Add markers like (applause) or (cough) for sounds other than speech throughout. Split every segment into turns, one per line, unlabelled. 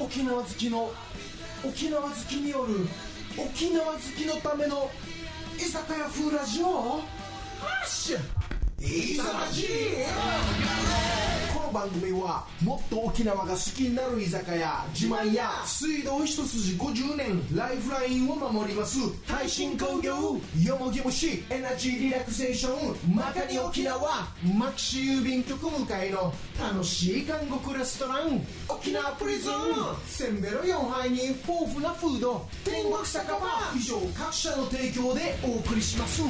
沖縄好きの沖縄好きによる沖縄好きのための居酒屋風ラジオハッシュいざまじこの番組はもっと沖縄が好きになる居酒屋自慢や水道一筋50年ライフラインを守ります耐震工業よもぎ虫エナジーリラクゼーションまかに沖縄マキシ郵便局向かいの楽しい韓国レストラン沖縄プリズンせんべろ4杯に豊富なフード天国酒場以上各社の提供でお送りします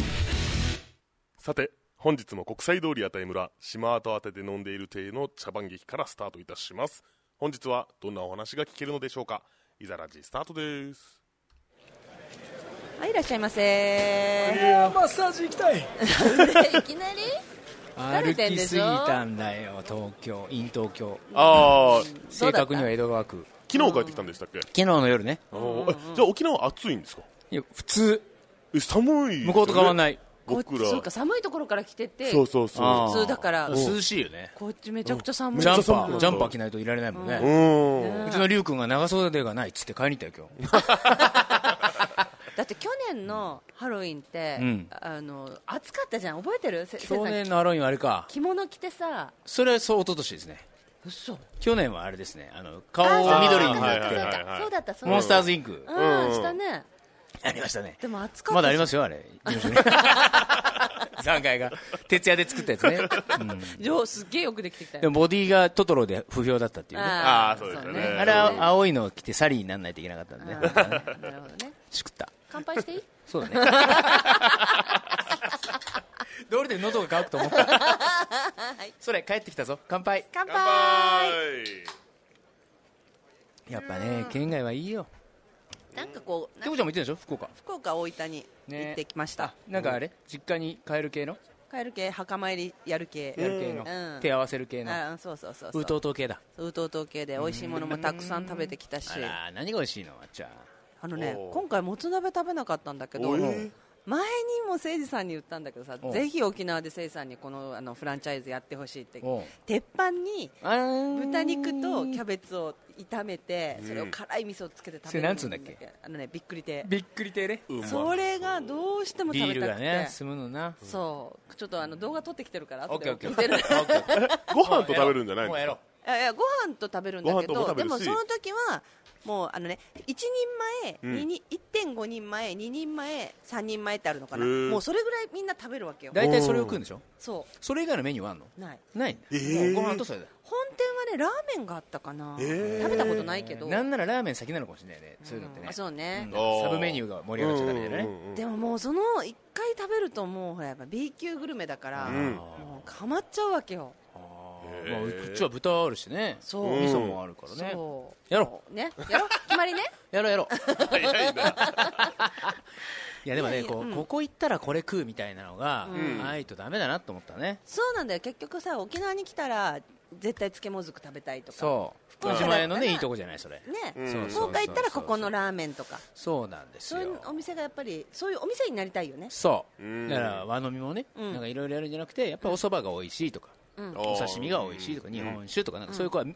さて本日も国際通り屋台村島跡宛てで飲んでいる亭の茶番劇からスタートいたします本日はどんなお話が聞けるのでしょうかいざラジスタートです
はい、いらっしゃいませ。
やマッサージ行きたい
(laughs) いきなり疲れ
歩
てん
き
ですし
ぎ
ょ
たんだよ東京イン東京
ああ昨
どう
正
だった
確には江戸川区昨
日帰ってきたんでしたっけ
日の夜ね
あーえじゃあ沖縄暑いんですか
いや普通
え寒いですよね
向こうと変わんない
僕ら
そうか、寒いところから来てて、
そうそう
あ
そ
ー
普通だから、
涼しいよね
こっちめちゃくちゃ寒い。
ジャン
寒
パ
かった
ージャンパー着ないといられないもん
うう
ね
ん
うちの龍君が長袖がないっつって買いに行ったよ今日
だって去年のハロウィンって、
うん
あの暑かったじゃん、覚えてるせせい
去
さん
年のハロウィンはあれか
着物着てさ、
それはそう一昨年ですね
嘘
去年はあれですねあの
あ
顔
そう
を
か
緑
そ
に
う
はい
か
は
そ
いうはいはい
かそうだった、そうだ
モ
っ
ンスターズインク
た。うん、したね。
ありましたね
でも暑かった。
まだありますよあれ事務所に3階が徹夜で作ったやつね、うん
よすっげえよくできてきた
で
よ。
もボディがトトロで不評だったっていうね
あーそうですよね
そう
あれは青いのを着てサリーにならないといけなかったんでね、
あーなるほどね。
しくった。
乾杯していい
そう (laughs) だね。どれで喉が乾くと思った。それ、帰ってきたぞ。乾杯。
乾
乾杯
やっぱね、県外はいいよ。
なんかこう、
てこちゃんも行ってるでしょ福岡。
福岡大分に行ってきました、
なんかあれ実家に帰る系の
カエル系墓参りやる系
やる系の
うん。
手合わせる系の。
あそうそうそうそう
ウトウト系だ。
ウトウト系で美味しいものもたくさん食べてきたし
あら、何が美味しいのあっちゃん。
あのね
おう
今回もつ鍋食べなかったんだけど
おい
前にも誠司さんに言ったんだけどさ
おう
ぜひ沖縄で誠司さんにこのあのフランチャイズやってほしいって
おう
鉄板に豚
豚
肉とキャベツを炒めてそれを辛い味噌をつけて食べる
それなんつうんだっけ
あのねびっくり亭
びっくり系ね。
うまい
それがどうしても食
ビー
べ
ル
た
が
く
ね
て、
進むのな。
そうちょっとあの動画撮ってきてるから
オ
後
ッケー
で
オッケー。
送って
オ
る
ッケー
ご飯と食べるんじゃないん
もう
で
や
す
ろ
か
う。
いやいやご飯と食べるんだけ
ご飯と
ど
も食べ
で
るし
もその時はもうあのね1人前、
うん
二人1.5人前2人前3人前ってあるのかな
へー
もうそれぐらいみんな食べるわけよ
大体それを食うんでしょ
そ
それ以外のメニューはあんの
うない
ないんだ
えー
もうご飯とそれだ
本店はねラーメンがあったかな、
へー
食べたことないけど
なんならラーメン先なのかもしれないねそういうのって
あ
ね
そうね、
あー
サブメニューが盛り上がっちゃダメだよ
うんう
ね
んうん
でももうその1回食べるともうほらやっぱ B 級グルメだから、
ん
もうかまっちゃうわけよ
ー
まあこっちは豚あるしね
そう
味噌もあるからね
そう
やろ
うねやろう決まりね
やろうやろう
早いない
やでも
いや
ね
いや
こ
う
うんここ行ったらこれ食うみたいなのが
ん
ないとダメだなと思ったね
そうなんだよ結局さ沖縄に来たら絶対つけもずく食べたいとか
そう
福岡
福
だ
島屋の
から
ねいいとこじゃないそれ
ね、
んそう
福岡行ったらここのラーメンとか
そうなんです
そういう
よ
お店がやっぱりそういうお店になりたいよね
そう
うん
だから和飲みもね
うん
なんかいろいろやるんじゃなくてやっぱりお蕎麦が美味しいとか
うん
お刺身が美味しいとか日本酒とかなんかそういう子はな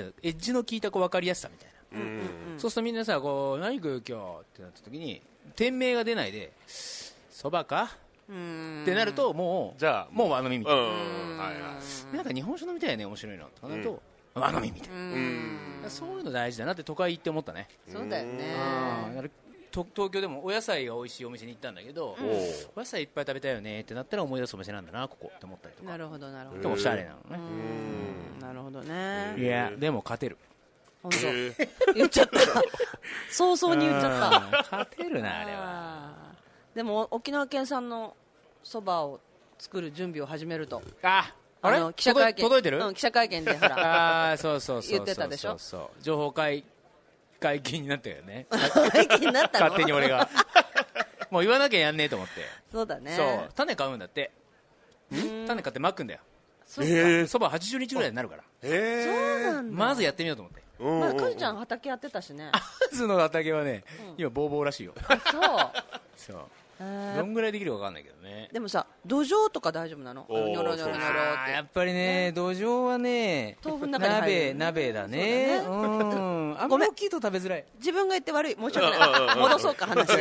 んかエッジの効いたこう分かりやすさみたいな
うんうん
そうするとみんなさこう何食う今日ってなった時に店名が出ないでそばか
うん
ってなるともう
じゃあ
もう和飲みみたいな、
うんはいはい
なんか日本酒飲みたいね面白いのとかなると、和飲みみたいな、
うん
そういうの大事だなって都会行って思ったね、
そうだよね
だからと東京でもお野菜が美味しいお店に行ったんだけど、
ん
お野菜いっぱい食べたいよねってなったら思い出すお店なんだなここって思ったりとか
なるほどなるほ
で
ど
もおしゃれなの
う
ね、
んなるほどね
いやでも勝てる
本当
えー
言っちゃった
(laughs)
早々に言っちゃった
うん勝てるなあれは
あーでも沖縄県産のそばを作る準備を始めると
ああれ
の記者会見
届い届いてる、
うん、記者会見でほら
(laughs) ああそうそうそうそう
言ってたでしょ
そうそう情報解解禁になったよ
(laughs)
ね
会見になったの
勝手に俺
(laughs)
がもう言わなきゃやんねえと思って、
そうだね
そう種買うんだって種買ってまくんだよ
そうか
えー
そば80日ぐらいになるから
え
そうなんだ
まずやってみようと思って
ー
まあ、かずちゃん畑やってたしね
カズの畑はね今ボーボーらしいよ
そう
そう
へー
どんぐらいできるかわかんないけどね
でもさ土壌とか大丈夫なのあの
おー
ニョロニョロニョロっ
あーやってぱりね土壌はね
豆腐の中に入
鍋
る
鍋だね
そううだ
んあん
ご
ま
めん
り大きいと食べづらい
自分が言って悪い申し訳 (laughs) ない戻そうか話
いやい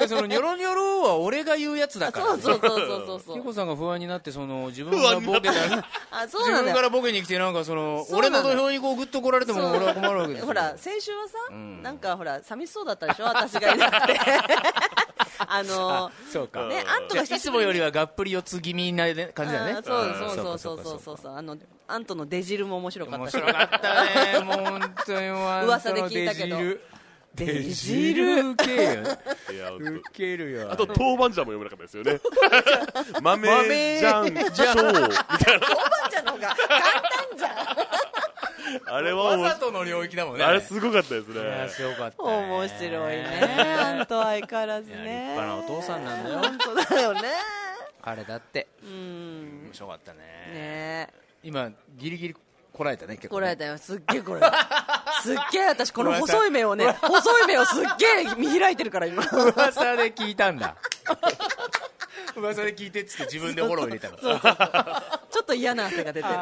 やそのニョロニョロは俺が言うやつだから
そうそうそうそうそうそ
ゆ
う
こさんが不安になってその自分がボケたら
あそう
自
なん
分
だ
か
よ
らボケに来てなんかその
そう
俺
なの
の土俵にこうグッと来られても俺は困るわけですよ
ほら先週はさ、なんかほら寂しそうだったでしょ私がいな
(laughs)
くてあの
そうか
ねアン
じゃ
トが
あ
久
い
し
つも
ぶりに
よりはがっぷり四つ気味な感じだ
あ
ね
ーそうそうそうそうそうそううそうあのアントの出汁も面白かっ
面
たし
白かったねもう本当にもうあんたの
(laughs) 噂で聞いたけど
出汁
出汁
ウケる
いやほんと
ウケるよ
あと豆板醤も読めなかったですよね豆
豆
じゃんじゃ
ばあちゃんの方が簡単じゃん
あれは
わ
もう
ざとの領域だもんね
あれすごかったですね
いやすごかったね
面白いねアント相変わらずね
いや立派なお父さんなんだよ
本当だよね
あれだって
うんね
面白かったね
え
今ギリギリこらえたね結構
こらえ
ね
たよすっげえこれ
(laughs)
すっげえ私この細い目をね細い目をすっげえ見開いてるから今
噂で聞いたんだ噂で聞いてっつって自分でフォロー入れたの
そうそうそうちょっと嫌な汗が出てる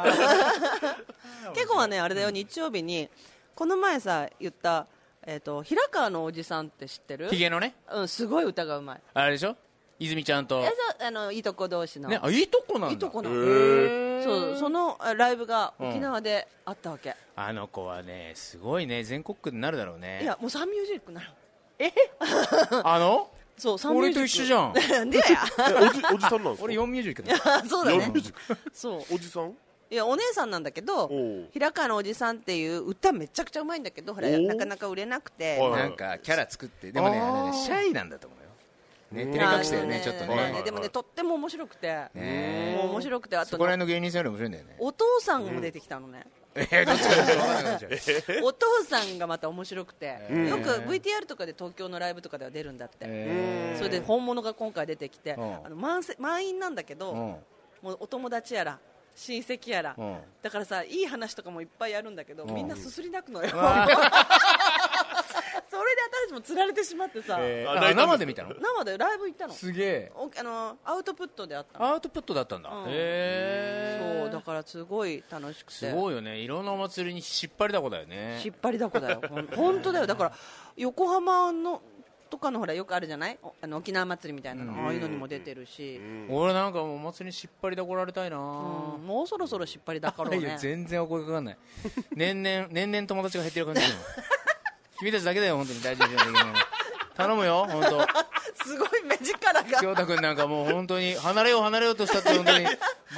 (laughs) 結構はねあれだよ日曜日にこの前さ言った、えー、と平川のおじさんって知ってる
ヒゲのね
うんすごい歌がうまい
あれでしょ泉ちゃんと
えそうあのいとこ同士の、
ねあいいとこなんだ
いとこの
へー
そうそのあライブが沖縄であったわけ、
あの子はねすごいね全国区になるだろうね
いやもうサンミュージックなの
あの
そうサンミュー
俺
ジック
と一緒じゃん
なん (laughs) でや
えおじおじさんなんですか
俺4ミュージックだ
あ (laughs) そうだ
いや
ね
ミュージック
そう
おじさん
いやお姉さんなんだけど
おう
平川のおじさんっていう歌めちゃくちゃうまいんだけどほら
おう
なかなか売れなくて
はい
なんかキャラ作ってでもね
あー
あれねシャイなんだと思うよね照
ま
れ
あ
隠してよね
あ
ちょ
の
っと
はいはいは
ね
い
でもねとっても面白くて
ね
もう面白くてあ
そ
と
こら
ね
辺の芸人さんより面白いんだ
(laughs)
よね
お父さんも出てきたのね、
えーどっち (laughs) か分かんなくなっちゃう
お父さんがまた面白くて、
うん
よく VTR とかで東京のライブとかでは出るんだって、
えー
それで本物が今回出てきて、
うん
あの満席満員なんだけど、
うん
もうお友達やら親戚やら、
うん
だからさいい話とかもいっぱいやるんだけど、
うん
みんなすすり泣く (laughs) のよ、
わー
それで私たちも釣られてしまってさ、
えー
あ
あ生で見たの
生でライブ行ったの
すげえ
おあのアウトプットであったの
アウトプットだったんだ
うん
へえ
そうだからすごい楽しくて
すごいよねいろんなお祭りに引っ張りだこだよね
引っ張りだこだよほん本当だよだから横浜のとかのほらよくあるじゃないおあの沖縄祭りみたいなの、ああいうのにも出てるし、うん
俺なんかもうお祭りに引っ張りだこられたいな
もうそろそろ引っ張りだかろう
いや
ね
全然お声かかんない (laughs) 年々年々友達が減ってる感じだよ君たちだけだよ本当に大丈夫頼むよ本当
(laughs) すごい目
(laughs)
力が
京太君なんかもう本当に離れよう離れようとしたって本当に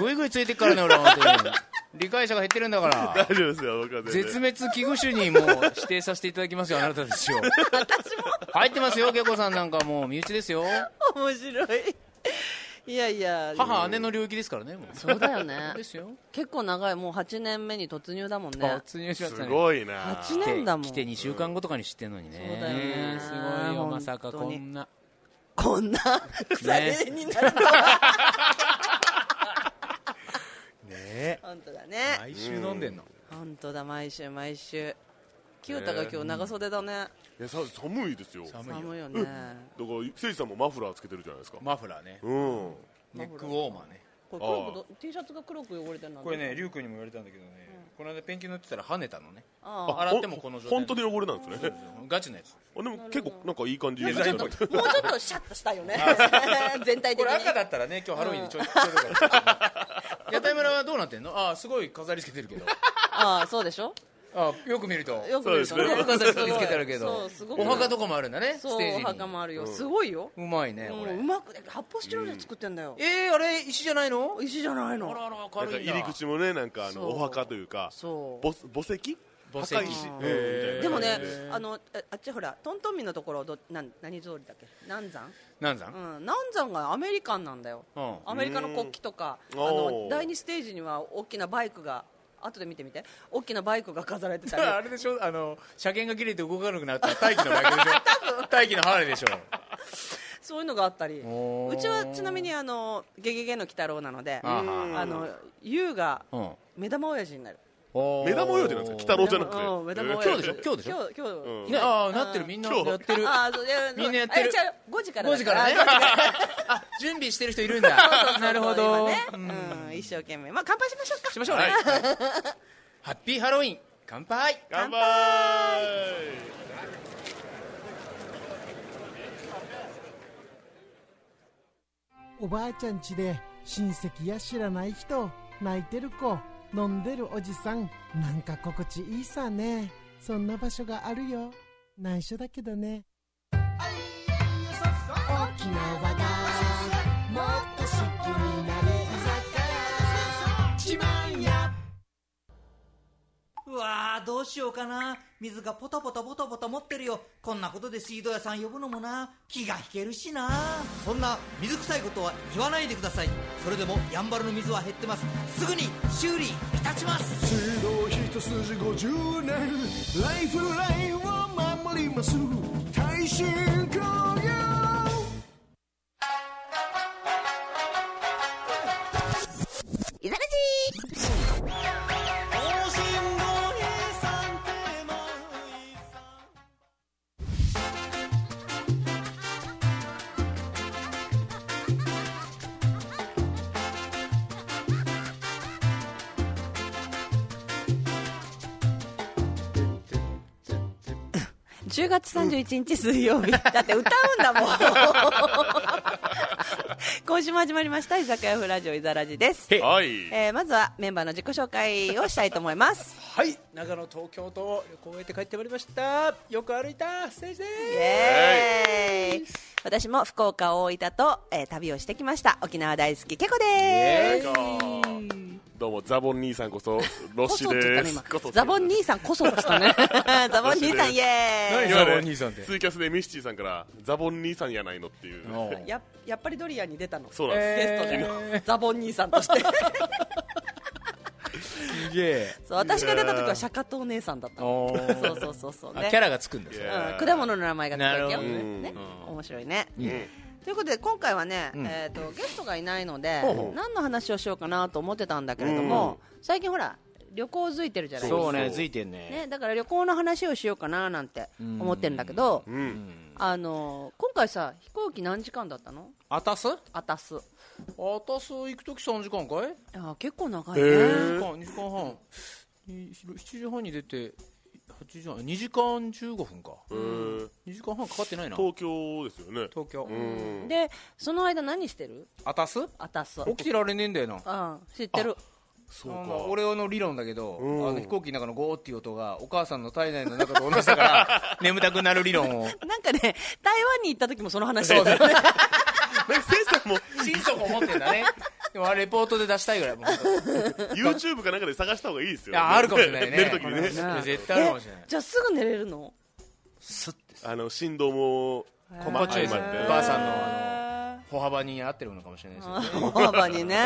ぐいぐいついてっからね俺は本当 (laughs) に理解者が減ってるんだから
大丈夫ですよ僕は全然
絶滅危惧種にもう指定させていただきますよあなたたちを
私も
入ってますよけこさんなんかもう身内ですよ
(laughs) 面白いいやいや
母姉の領域ですからねもう
そうだよね
ですよ
結構長いもう8年目に突入だもんね
突入しました
す
ね
ごいな
八年だもん
来て2週間後とかに知ってんのにね
そうだよね
すごいよ
本当に
まさかこんな
こんな草絵になるのは、
(laughs) ね
本当だね
毎週飲んでんの
本当だ毎週毎週清田が今日長袖だね、
いやさ寒いですよだから
寒いよ
寒いよね
せいじさんもマフラーつけてるじゃないですか
マフラーね
うん
ネックウォーマーね
これ黒くど T シャツが黒く汚れてるの
これね龍君にも言われたんだけどねこの間ペンキ塗ってたら跳ねたのね
あ
洗ってもこの状態
ほん本当に汚れなんですね
ガチのやつ
あでも結構なんかいい感じ
デザインっぽい
もうちょっとシャッとしたい
(laughs)
よね全体
こ
的
れ
に
赤だったらね今日ハロウィンでちょちょうどよかった屋台村はどうな
(laughs)
ってんのああすごい飾りつけてるけど
ああそうでしょ
ああよく見ると
よく見るとね
よく飾りつけてあるけ
そ
ど
うすごく
お墓とかもあるんだね
そ
ステー
う
ジ
お
に
墓もあるよ、すごいよ、
うまいね
も
こ
う
れ
うまく発泡スチロールで作ってんだよ、
えーあれ石じゃないの
石じゃない
あら
の
あら
なん
軽
か
い
入り口もねなんかあの
そう
お墓というか
そう
ぼ墓石
墓石
墓石
うん
うんみたいな
でもねあのえあっちほらトントンミのところどなん何通りだっけ南山
なんざん
うん南山がアメリカンなんだよ、
うん
アメリカの国旗とか
う
あ
ん
の
おー
第2ステージには大きなバイクが後で見てみて大きなバイクが飾ら
(laughs)
れてたり
あれでしょあの車検が切れて動かなくなったら大気のバイクでしょ大気のハーレーでしょ
そういうのがあったり
おー
うちはちなみにあの「ゲゲゲの鬼太郎」なので
あ
あの優が
うん
目玉親父になる
おー
目玉泳いでなんですか鬼太郎じゃなくて
うん目玉
え
泳
ー
ぎ
今日でしょ今日でしょ
今日今日、
うん
ねああなってるみんな
今日
やってる
ああそういやそう
みんなやってる
えじゃあ5時から
5
だ
時からねあ準備してる人いるんだなるほど
今ねうん一生懸命まあ乾杯しましょうか
しましょうねハッピーハロウィン乾杯
乾
乾
杯
おばあちゃん家で親戚や知らない人泣いてる子飲んでるおじさんなんか心地いいさねそんな場所があるよ内緒だけどね沖縄がもっと好きになれ居酒屋万屋
うわーどうしようかな水がポタポタポタポタ持ってるよこんなことで水道屋さん呼ぶのもな気が引けるしなそんな水臭いことは言わないでくださいそれでもやんばるの水は減ってますすぐに修理いたします
水道一筋50年ライフラインを守ります耐震工業
10月31日水曜日、 (laughs) だって歌うんだも
(laughs)
ん今週も始まりました居酒屋フラジオいざらじです、え
はい
ーまずはメンバーの自己紹介をしたいと思います
はい長野東京と旅行を終えて帰ってまいりましたよく歩いたステージで
イエーイ私も福岡大分と、えー旅をしてきました沖縄大好きけこです
どうもザボン兄さんこそロッシー
こそって言
で
ったね
す
今ザボン兄さんこそって言ったね (laughs) ザボン兄さんイエーイ
今
ザ
ね
ボン兄さんって
ツイキャスでミシチーさんからザボン兄さんやないのっていう
おー
ややっぱりドリアンに出たの
そうなんです、
ゲストでザボン兄さんとして
すげえ
そう私が出た時は釈迦とお姉さんだったの
おー
そうそうそうそう、
あキャラがつくんですよ
ラ
うん、果物の名前が書いてあるよ、
なるほど
ね
ね、面白いね、
いい
ということで今回はね、
うん
えー、とゲストがいないので
ほうほう
何の話をしようかなと思ってたんだけれども、最近ほら旅行づいてるじゃないです
そ
か
う
そ
ね
う
ついてんね
ね、だから旅行の話をしようかななんて思ってるんだけど、
うん、うん
あの今回さ飛行機何時間だったの
あたすあ
あたす
たす行くとき3時間かい
あ結構長い
へ
ね、
ー
2時間2時間半に7時半に出て8時半2時間15分か
えー
2時間半かかってないな東
東京ですよね
京
うん
でその間何してる
あたす
あたす
起きてられねえんだよな
あ知ってる
そう
なん
か
か俺の理論だけど、
うん
あの飛行機の中のゴーっていう音がお母さんの体内の中と同じだから (laughs) 眠たくなる理論を
なんかね台湾に行った時もその話してたよね
なんか先生も
心底思ってんだね (laughs) でもあれレポートで出したいぐらいもう
YouTube かなんかで探した方がいいですよ、
いやあるかもしれないね
寝るときにね
な
(laughs)
あ
絶対あるかもしれない
えじゃあすぐ寝れるの
スッて
あの振動も
心地よいですね
まあまあ
お母さんのあの歩幅に合ってるのかもしれない
(laughs)
ですよね
大幅にね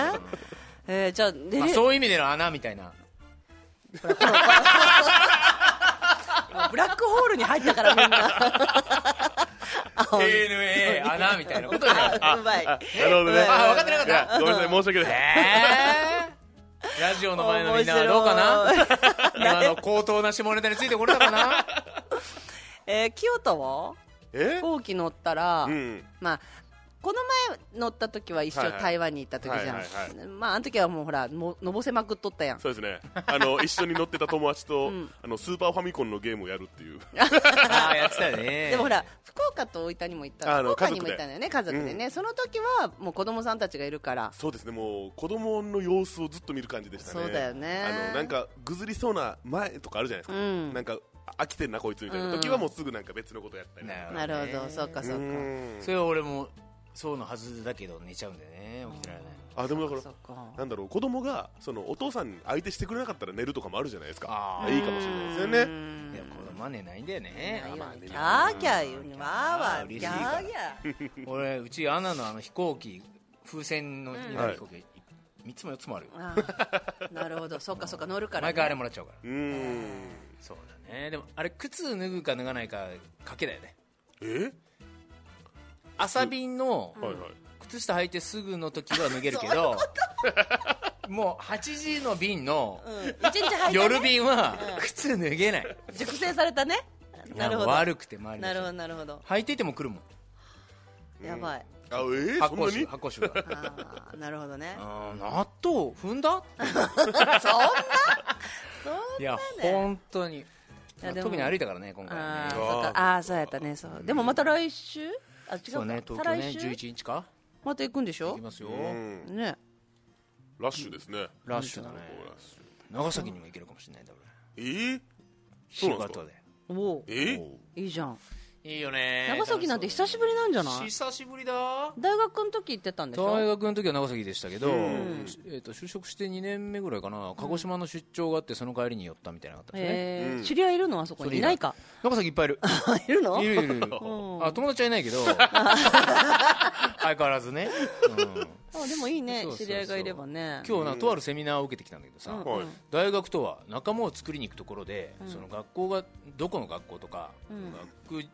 えー、じゃあ寝
まあ、
れ、
そういう意味での穴みたいな
ブラックホールに入ったからみんな
ANA 穴みたいなことじゃん
(laughs) あうまい
なるほどね
あ分かってなかった
いやごめんなさい申し訳ない
えーラジオの前のみんなはどうかな今の高等な下ネタについてこれたか (laughs) な
えー、清田は
え
飛行機乗ったら、
うん
まあこの前乗った時は一
は
緒
いはい
台湾に行った時じゃん、
はいはい
まああの時はもうほらののぼせまくっとったやん
そうですねあの一緒に乗ってた友達と、
ん
あのスーパーファミコンのゲームをやるっていう
ああやってたよね
でもほら福岡と大分にも行った
あの
福岡に
家族
も
で
行ったんだよね家族でね、その時はもう子供さんたちがいるから
そうですねもう子供の様子をずっと見る感じでしたね
そうだよね
あのなんかぐずりそうな前とかあるじゃないですか、
うん
なんかあ飽きてんなこいつみたいな時はもうすぐなんか別のことやったりとか
な
なるほどそうかそうか、
うん
それは俺もそうのはずだけど寝ちゃうんだよね起きてられない
あでもだか
そ
ら
うか
なんだろう子供がそのお父さんに相手してくれなかったら寝るとかもあるじゃないですか
あー
いいかもしれないですよね
いや子供は寝ないんだよね
いいよね
あ
キ
ま
ャ
あ
ーキャー言うねわーわー
嬉
キ
しい
ャ
から
ーキャー
俺うちアナのあの飛行機風船のになる飛行機3つも4つもあるよ
あーなるほどそっかそっか乗るから、ね、
毎回あれもらっちゃうから
うん
そうだねでもあれ靴脱ぐか脱がないか賭けだよね
え
朝便の
はいはい
靴下履いてすぐの時は脱げるけどもう8時の便の
うん、一日入って、
夜
ね、
便は靴脱げない
熟成されたねなるほど
悪くて周りの
な
人
るほどなるほど
履いてても来るもん
やばい、
あえー、
発
そんな
酵酒
に
発酵酒が
あーなるほどね
あー納豆踏んだ
そんなそんない
や
ね
本当に
いやでも
特に歩いたからね今回は
あ
ね
ーそうかあーそうやったねそうでもまた来週あ違うか
そうね東京
再
ね
来週
11日か
また行くんでし
行
ょ
きますよ
うん
ね
ラッシュですね
ラッシュだね
ラッシュ
長崎にも行けるかもしれないんだ俺
えー、
仕
そうなんですか
事で
おお
えー、
いいじゃん
いいよね
長崎なんて久しぶりなんじゃない
久しぶりだ
大学の時行ってたんでし
大
ょ
学の時は長崎でしたけど、えー、と就職して2年目ぐらいかな鹿児島の出張があってその帰りに寄ったみたいなのがあったんですね、
えー知り合いいるのあそこにいないか
長崎いっぱいいる
いる
(laughs)
の
いるいるいる
ん
あ友達はいない
(laughs)
けど相変わらずね、うん
あでもいいね
そうそうそう
知り合いがいればね
今日なとあるセミナーを受けてきたんだけどさ、
はい、
大学とは仲間を作りに行くところで、その学校がどこの学校とか、
ん
学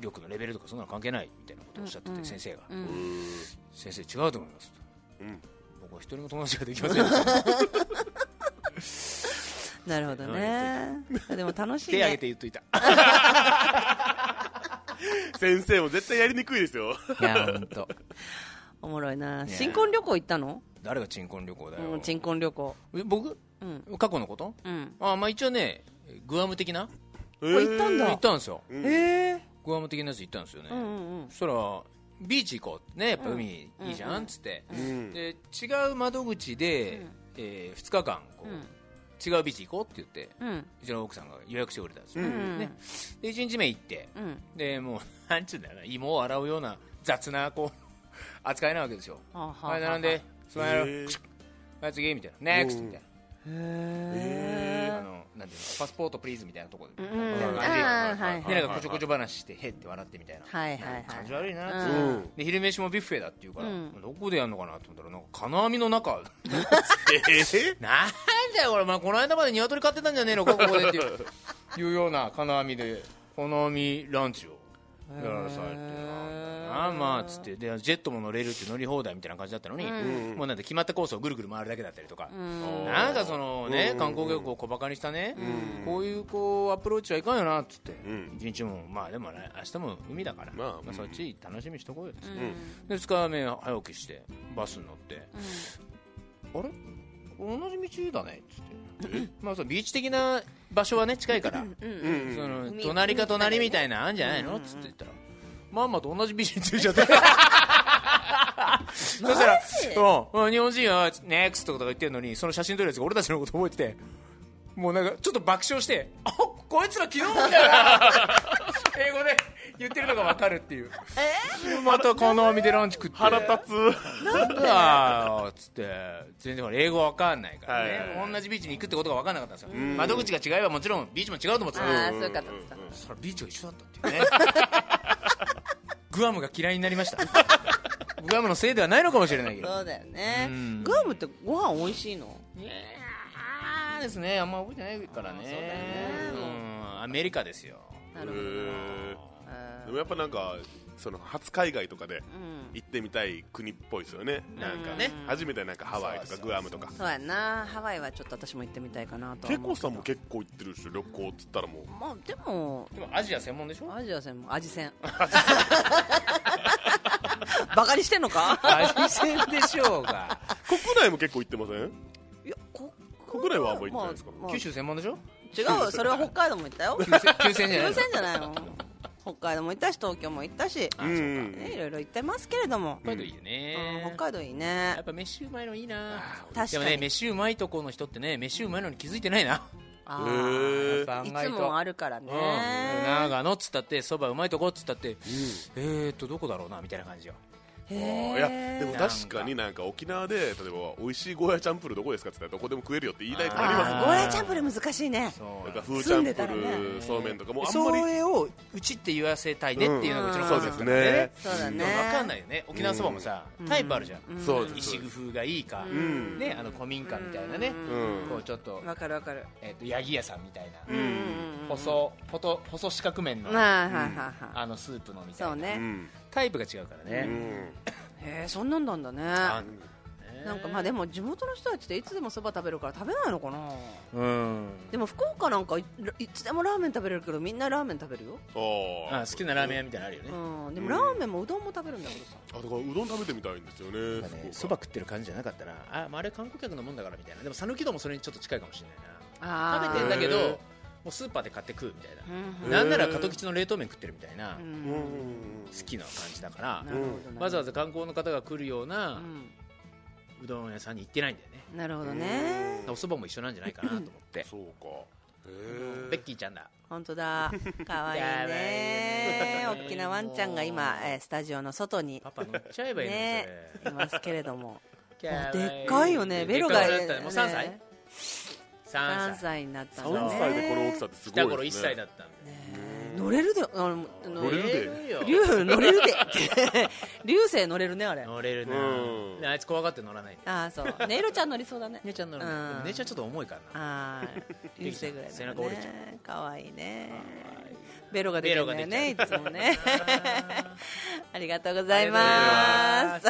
力のレベルとかそんなの関係ないみたいなことをおっしゃってて、先生が、
うーん
先生違うと思いますと、
うん
僕は一人も友達ができませんでした
なるほど
(laughs)
ねでも楽しい
手挙げ
ね
て言っといた
先生も絶対やりにくいですよ
いや本当。
おもろいな
ね
新婚旅行行ったの
誰が鎮魂旅行だよ、
うん新婚旅行
え僕、
うん
過去のこと
うん
あまあ一応ねグアム的な
え
あ行ったん
行
だ
ったんですよ
ええ
グアム的なやつ行ったんですよね、
うんうんうん
そしたらビーチ行こうってねやっぱ海いいじゃんっつって、
うん
で違う窓口で、え2日間こう、違うビーチ行こうって言って
うん
うちの奥さんが予約してくれたんですよ、
ん
ね、で1日目行って、
うん
でもう (laughs) なんちゅうんだよな芋を洗うような雑なこう (laughs) 扱いなわけですよ
はあはあはあ
はい並んでその間
えー
はい次みたいな NEXT みたいな
へ
あのなんていうのパスポートプリーズみたいなところで、
え
みたいな感じで
ああはいは
で
い
なんかこちょこちょ話してへって笑ってみたいな
はいはいはい
感じ悪いなっ
う
て、
ん
で昼飯もビュッフェだっていうから、
うん
どこでやるのかなと思ったらなんか金網の中
えー
なんだよこれ、まあ、この間まで鶏飼ってたんじゃねえのかここでっていう (laughs) いうような金網で金網ランチをやらされてあまあつってでジェットも乗れるって乗り放題みたいな感じだったのに、もうなんて決まったコースをぐるぐる回るだけだったりとか、なんかそのね、観光客を小バカにしたね、こういうこうアプローチはいかんよなっつって、
ん
一日もまあでもね明日も海だから、
ま
ま
あ
あそっち楽しみにしとこうよっつって、で2日目早起きしてバスに乗って、あれ同じ道だねっつって (coughs) まあそうビーチ的な場所はね近いから、その
海
隣か隣みたいなのあんじゃないのっつって言ったらまんまと同じビーチに着いちゃってそしたらうんうん日本人は「NEXT」とか言ってるのにその写真撮るやつが俺たちのこと覚えててもうなんかちょっと爆笑して「あこいつら昨日」みたいな英語で言ってるのが分かるっていうまた金網でランチ食って
腹立つ
なんだよっつって全然ほら英語わかんないからね、
は
同じビーチに行くってことがわかんなかったんですよ窓口が違えばもちろんビーチも違うと思ってた
ああそうかそうか
そしたらビーチが一緒だったっていうねグアムが嫌いになりましたグアムのせいではないのかもしれないけど
そうだよねグアムってご飯美味しいの
いやーですねあんま覚えてないからねうんアメリカですよ
なるほど
へーでもやっぱなんかその初海外とかで行ってみたい国っぽいですよね、なんかね初めてなんかハワイとかグアムとか
そうやなハワイはちょっと私も行ってみたいかなとは
ケ
思う
コさんも結構行ってるでしょ旅行っつったらもう
まあでも
でもアジア専門でしょ
アジア戦もアジ (laughs) 戦バカにしてんのか
アジ戦でしょう (laughs) が
国内も結構行ってません
いやこ
国内はあんま行ってないですか
まあまあ
九州専門でしょ
違うそれは北海道も行ったよ
九千じゃない
偶
の
然じゃないの北海道も行ったし東京も行ったし、
うん
ね、いろいろ行ってますけれども、
北海道いいよね
うん北海道いい
(laughs) やっ
ね
ぱ飯うまいのいいな
確
でも
か
ね
に
飯うまいとこの人ってね飯うまいのに気づいてないな
あ
へ
や
ー
ー
っぱ
い
案
つ
外と
もあるからね、
うん長野っつったってそばうまいとこっつったって、えーっとどこだろうなみたいな感じよ
へー
いやでも確かになんか沖縄で例えば美味しいゴーヤチャンプルどこですかって言ったらどこでも食えるよって言いたい人あります
あーゴーヤチャンプル難しいね
そ
なんかフーチャンプ
住んでたら
ル、そうめんとかもうあん
そ
まり
れをうちって言わせたいねっていうのがうちの
そ
コンセ
うで
プ
す
トなんで
ね
そうだね
分かんないよね沖縄そばもさ、タイプあるじゃん、
そうです
石工風がいいか、
ん
ね、あの古民家みたいなね、
うん
こうちょっと,、
わかるわかる
えーっとヤギ屋さんみたいな、
うん
細細細四角麺の
まあはいはいはい
あのスープのみたい
そ
な
う
う
ね
ん
タイプが違うからね、
うん
へえそんなんだんだね
あんね
なんかまあでも地元の人たちっていつでもそば食べるから食べないのかな
うん
でも福岡なんかいいつでもラーメン食べれるけどみんなラーメン食べるよ、
あ
あ好きなラーメン屋みたいなのあるよね
うん、でもラーメンもうどんも食べるんだけどさ
あだからうどん食べてみたいんですよね
なんかね
福
そば
岡
食ってる感じじゃなかったらあまああれ観光客のもんだからみたいなでも讃岐うどんもそれにちょっと近いかもしれないな食べてんだけど
へー
もうスーパーで買って食うみたいな
へー
なんなら加藤吉の冷凍麺食ってるみたいな
う
好
うんうんうん
ん
きな感じだから
なるほどな
わざわざ観光の方が来るような
う
うどん屋さんに行ってないんだよね
ん、なるほど
う
ね
ん
おそばも一緒なんじゃないかなと思って
そうかへえ
ベッキーちゃんだ
本当だかわいい
かわいい
ね
ね
大きなワンちゃんが今、えースタジオの外に
パパ乗っちゃえばいいのに
ね
そ
いますけれ
(laughs)
ども
れ
もうでっかいよねベロ
で
が、
っかくなったもう3歳
ね
3
3
歳
歳になったんだ
3
ね
歳でこの大きさってす
来
ごい
た
で
頃1
すね
歳だったんで
乗れるであのあの
乗れるで
乗れるよ
竜乗れるで (laughs) って流星乗れるねあれ
乗れるな
うん
であいつ怖がって乗らないんだよ
ああそうネイロちゃん乗りそうだね
姉ちゃん乗る
う
のでも姉ちゃんちょっと重いからな
あー流星ぐらいだ、ね、
背中折れちゃ
かわいいねベロが出てるんだよねい
ベロが出
つ
ちゃう (laughs)
もねありがとうございます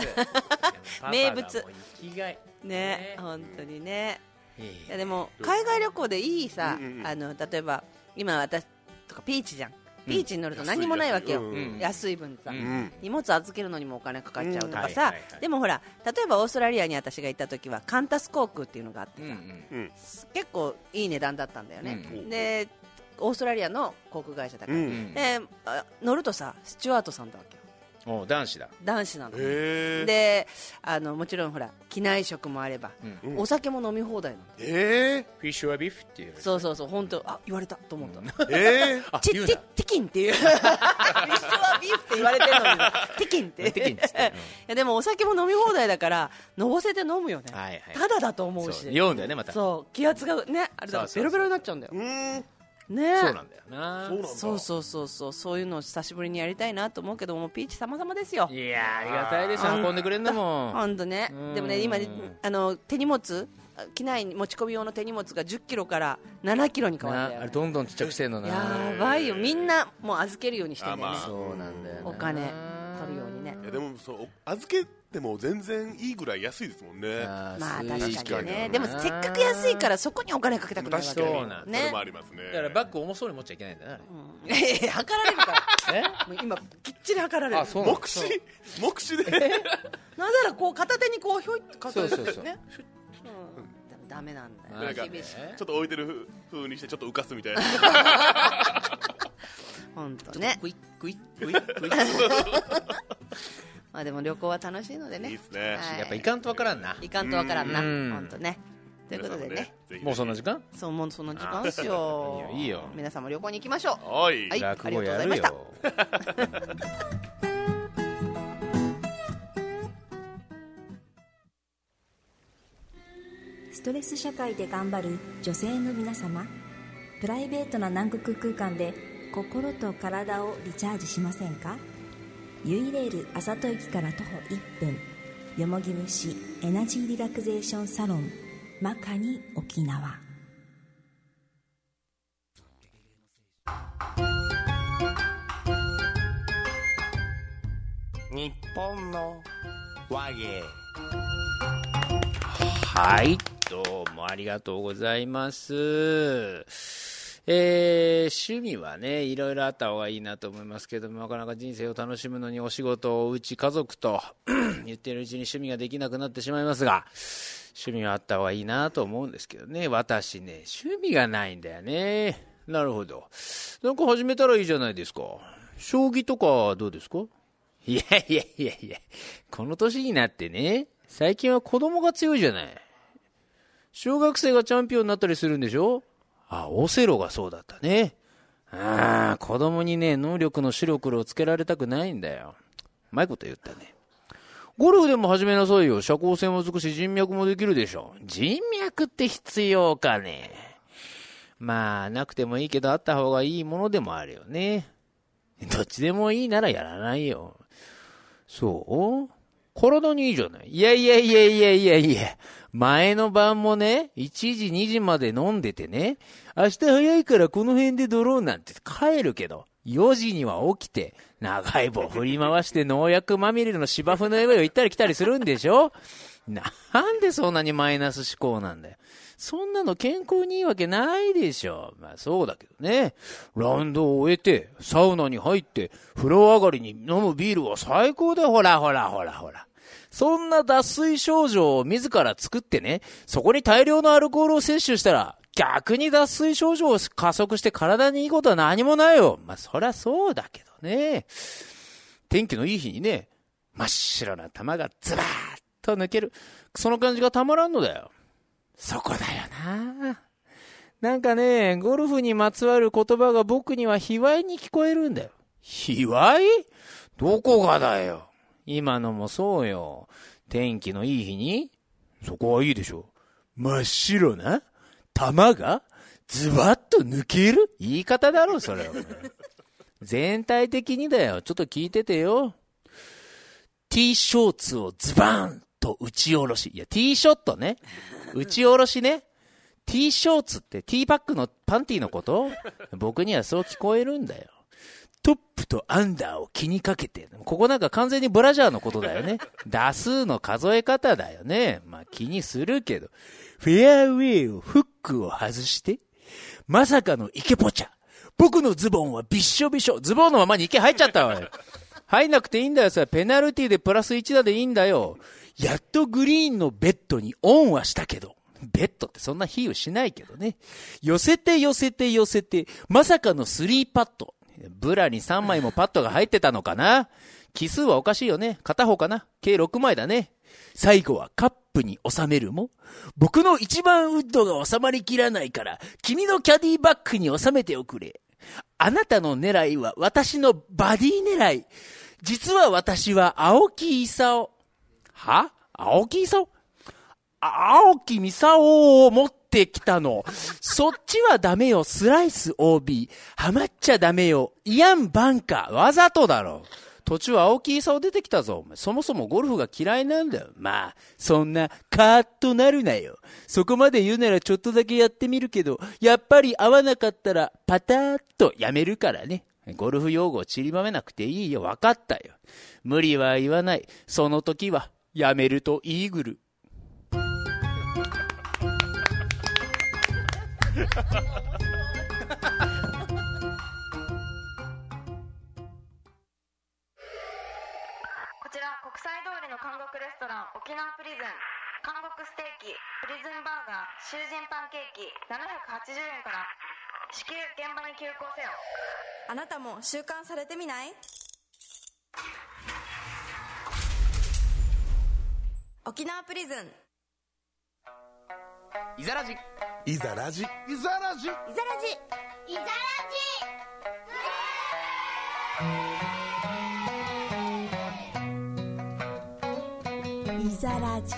(laughs) 名物
生きがい
ね本当にね
え
いやでも海外旅行でいいさ、
うんうんうん
あの例えば今私とかピーチじゃんピーチに乗ると何もないわけよ、
安い安いうん
うん
安い分さ、
うん
うん
荷物預けるのにもお金かかっちゃうとか
うん
さ
はいはいはい
でもほら例えばオーストラリアに私が行った時はカンタス航空っていうのがあって
えうんうん
うん
結構いい値段だったんだよね、
うん
でオーストラリアの航空会社だか
う
ら、
ん
ん
であ乗るとさスチュワートさんだわけよ
お男子だ
男子なの
へえ
であのもちろんほら機内食もあれば、
うん
お酒も飲み放題なの
え
フィッシュはビーフっていう
そうそうそう本当あ言われたと思った、
ーえ
あ
チ
言
ッ
う
チ
な
ッティキンっていう一緒はビーフって言われてるのにティキンって
ティキンっつってうん
(laughs) いやでもお酒も飲み放題だからのぼせて飲むよね、
はいはい
ただだと思うし
そう酔うんだよねまたそう
そう気圧がねあれだから
そうそうそ
ベ
う
ロベロになっちゃうんだよ
うん
ね
なんだよな
そうなんだ
そうそうそうそうそういうのを久しぶりにやりたいなと思うけどもうピーチ様々ですよ
いやーありがたいですよ運んでくれんだもん
ほんとね
うん
でもね今あの手荷物あ機内に持ち込み用の手荷物が1 0キロから7キロに変わ
な
った
あ
よ
れ
ね
どんどんちっちゃくしてんのな
やばいよみんなもう預けるようにしてんだよね、
あまあ
そうなんだよな
お金取るようにね
いやでもそう預けても全然いいぐらい安いですもんね
あー
まあ
スイ
確
ーツ
かにね
確かに
でもせっかく安いからそこにお金かけたくないわけ
確かにそうなん
そ
ね
れもありますね
だからバッグ重そうに持っちゃいけないんだよな
うんいやいや測られるから
え
もう今きっちり測られる
そう
目視目視で
なぜならこう片手にこうひょいってかける
そうそうそう
ねうんでもダメなんだ
な
なんん
よ
か
か
ね
厳しい
ちょっと置いてる風にしてちょっと浮かすみたいな
本当ね
クイックイックイック (laughs) イッ
まあでも旅行は楽しいのでね
いいっすね
は
やっぱいかんとわからんない
かんとわからんな
うん
本当ねということでね
皆
もう
さ
そんな時間
そうもうその時間っすよ
いいよいいよ
皆さんも旅行に行きましょう
もぜひ
はい
はい
落語や
あり
る
がとう
よ
ストレス社会で頑張る女性の皆様プライベートな南国空間で心と体をリチャージしませんかユイレールあさと駅から徒歩1分よもぎ虫エナジーリラクゼーションサロンマカニ沖縄
日本の和芸
はい、どうもありがとうございます。えー趣味はね、いろいろあった方がいいなと思いますけども、なかなか人生を楽しむのにお仕事、おうち、家族と (clears throat) 言ってるうちに趣味ができなくなってしまいますが、趣味はあった方がいいなと思うんですけどね、私ね、趣味がないんだよね。なるほど。なんか始めたらいいじゃないですか。将棋とかどうですか (laughs) いやいやいやいや、この年になってね、最近は子供が強いじゃない。小学生がチャンピオンになったりするんでしょあ、オセロがそうだったね。ああ、子供にね、能力の白黒をつけられたくないんだよ。うまいこと言ったね。ゴルフでも始めなさいよ。社交性もつくし人脈もできるでしょ。人脈って必要かね。まあ、なくてもいいけどあった方がいいものでもあるよね。どっちでもいいならやらないよ。そう体にいいじゃないいやいやいやいやいやいや。前の晩もね、1時2時まで飲んでてね、明日早いからこの辺でドローンなんて帰るけど、4時には起きて、長い棒振り回して農薬まみれの芝生の上を行ったり来たりするんでしょなんでそんなにマイナス思考なんだよ。そんなの健康にいいわけないでしょ。まあそうだけどね。ラウンドを終えて、サウナに入って、風呂上がりに飲むビールは最高だよ。ほらほらほらほら。そんな脱水症状を自ら作ってね、そこに大量のアルコールを摂取したら、逆に脱水症状を加速して体にいいことは何もないよ。まあそりゃそうだけどね。天気のいい日にね、真っ白な玉がズバーッと抜ける。その感じがたまらんのだよ。そこだよな。なんかね、ゴルフにまつわる言葉が僕には卑猥に聞こえるんだよ。卑猥どこがだよ。今のもそうよ。天気のいい日に、そこはいいでしょ。真っ白な玉がズバッと抜ける言い方だろ、それは。全体的にだよ。ちょっと聞いててよ。T ショーツをズバーンと打ち下ろし。いや、T ショットね。打ち下ろしね。T ショーツって T パックのパンティのこと僕にはそう聞こえるんだよ。トップとアンダーを気にかけて。ここなんか完全にブラジャーのことだよね。打数の数え方だよね。まあ気にするけど。フェアウェイをフックを外して、まさかの池ポチャ。僕のズボンはびっしょびしょ。ズボンのままに池入っちゃったわよ。入んなくていいんだよ。それペナルティでプラス1だでいいんだよ。やっとグリーンのベッドにオンはしたけど。ベッドってそんな比喩しないけどね。寄せて寄せて寄せて、まさかのスリーパット。ブラに3枚もパットが入ってたのかな奇数はおかしいよね。片方かな計6枚だね。最後はカップに収めるも僕の一番ウッドが収まりきらないから、君のキャディバッグに収めておくれ。あなたの狙いは私のバディ狙い。実は私は青木勲。は青木勲あ青木美沙夫を持ってきたの。そっちはダメよ、スライス OB。ハマっちゃダメよ、イアンバンカー。わざとだろ。途中青木勲出てきたぞ、お前。そもそもゴルフが嫌いなんだよ。まあ、そんな、カーッとなるなよ。そこまで言うならちょっとだけやってみるけど、やっぱり合わなかったら、パターッとやめるからね。ゴルフ用語を散りばめなくていいよ。わかったよ。無理は言わない。その時は、やめるとイーグル。
こちら国際通りの韓国レストラン沖縄プリズン韓国ステーキプリズンバーガー囚人パンケーキ780円から至急現場に急行せよ
あなたも習慣されてみない沖縄プリズン
いざらじ。
いざラジいざラジ
イザラジ
イザラジ
イザラジ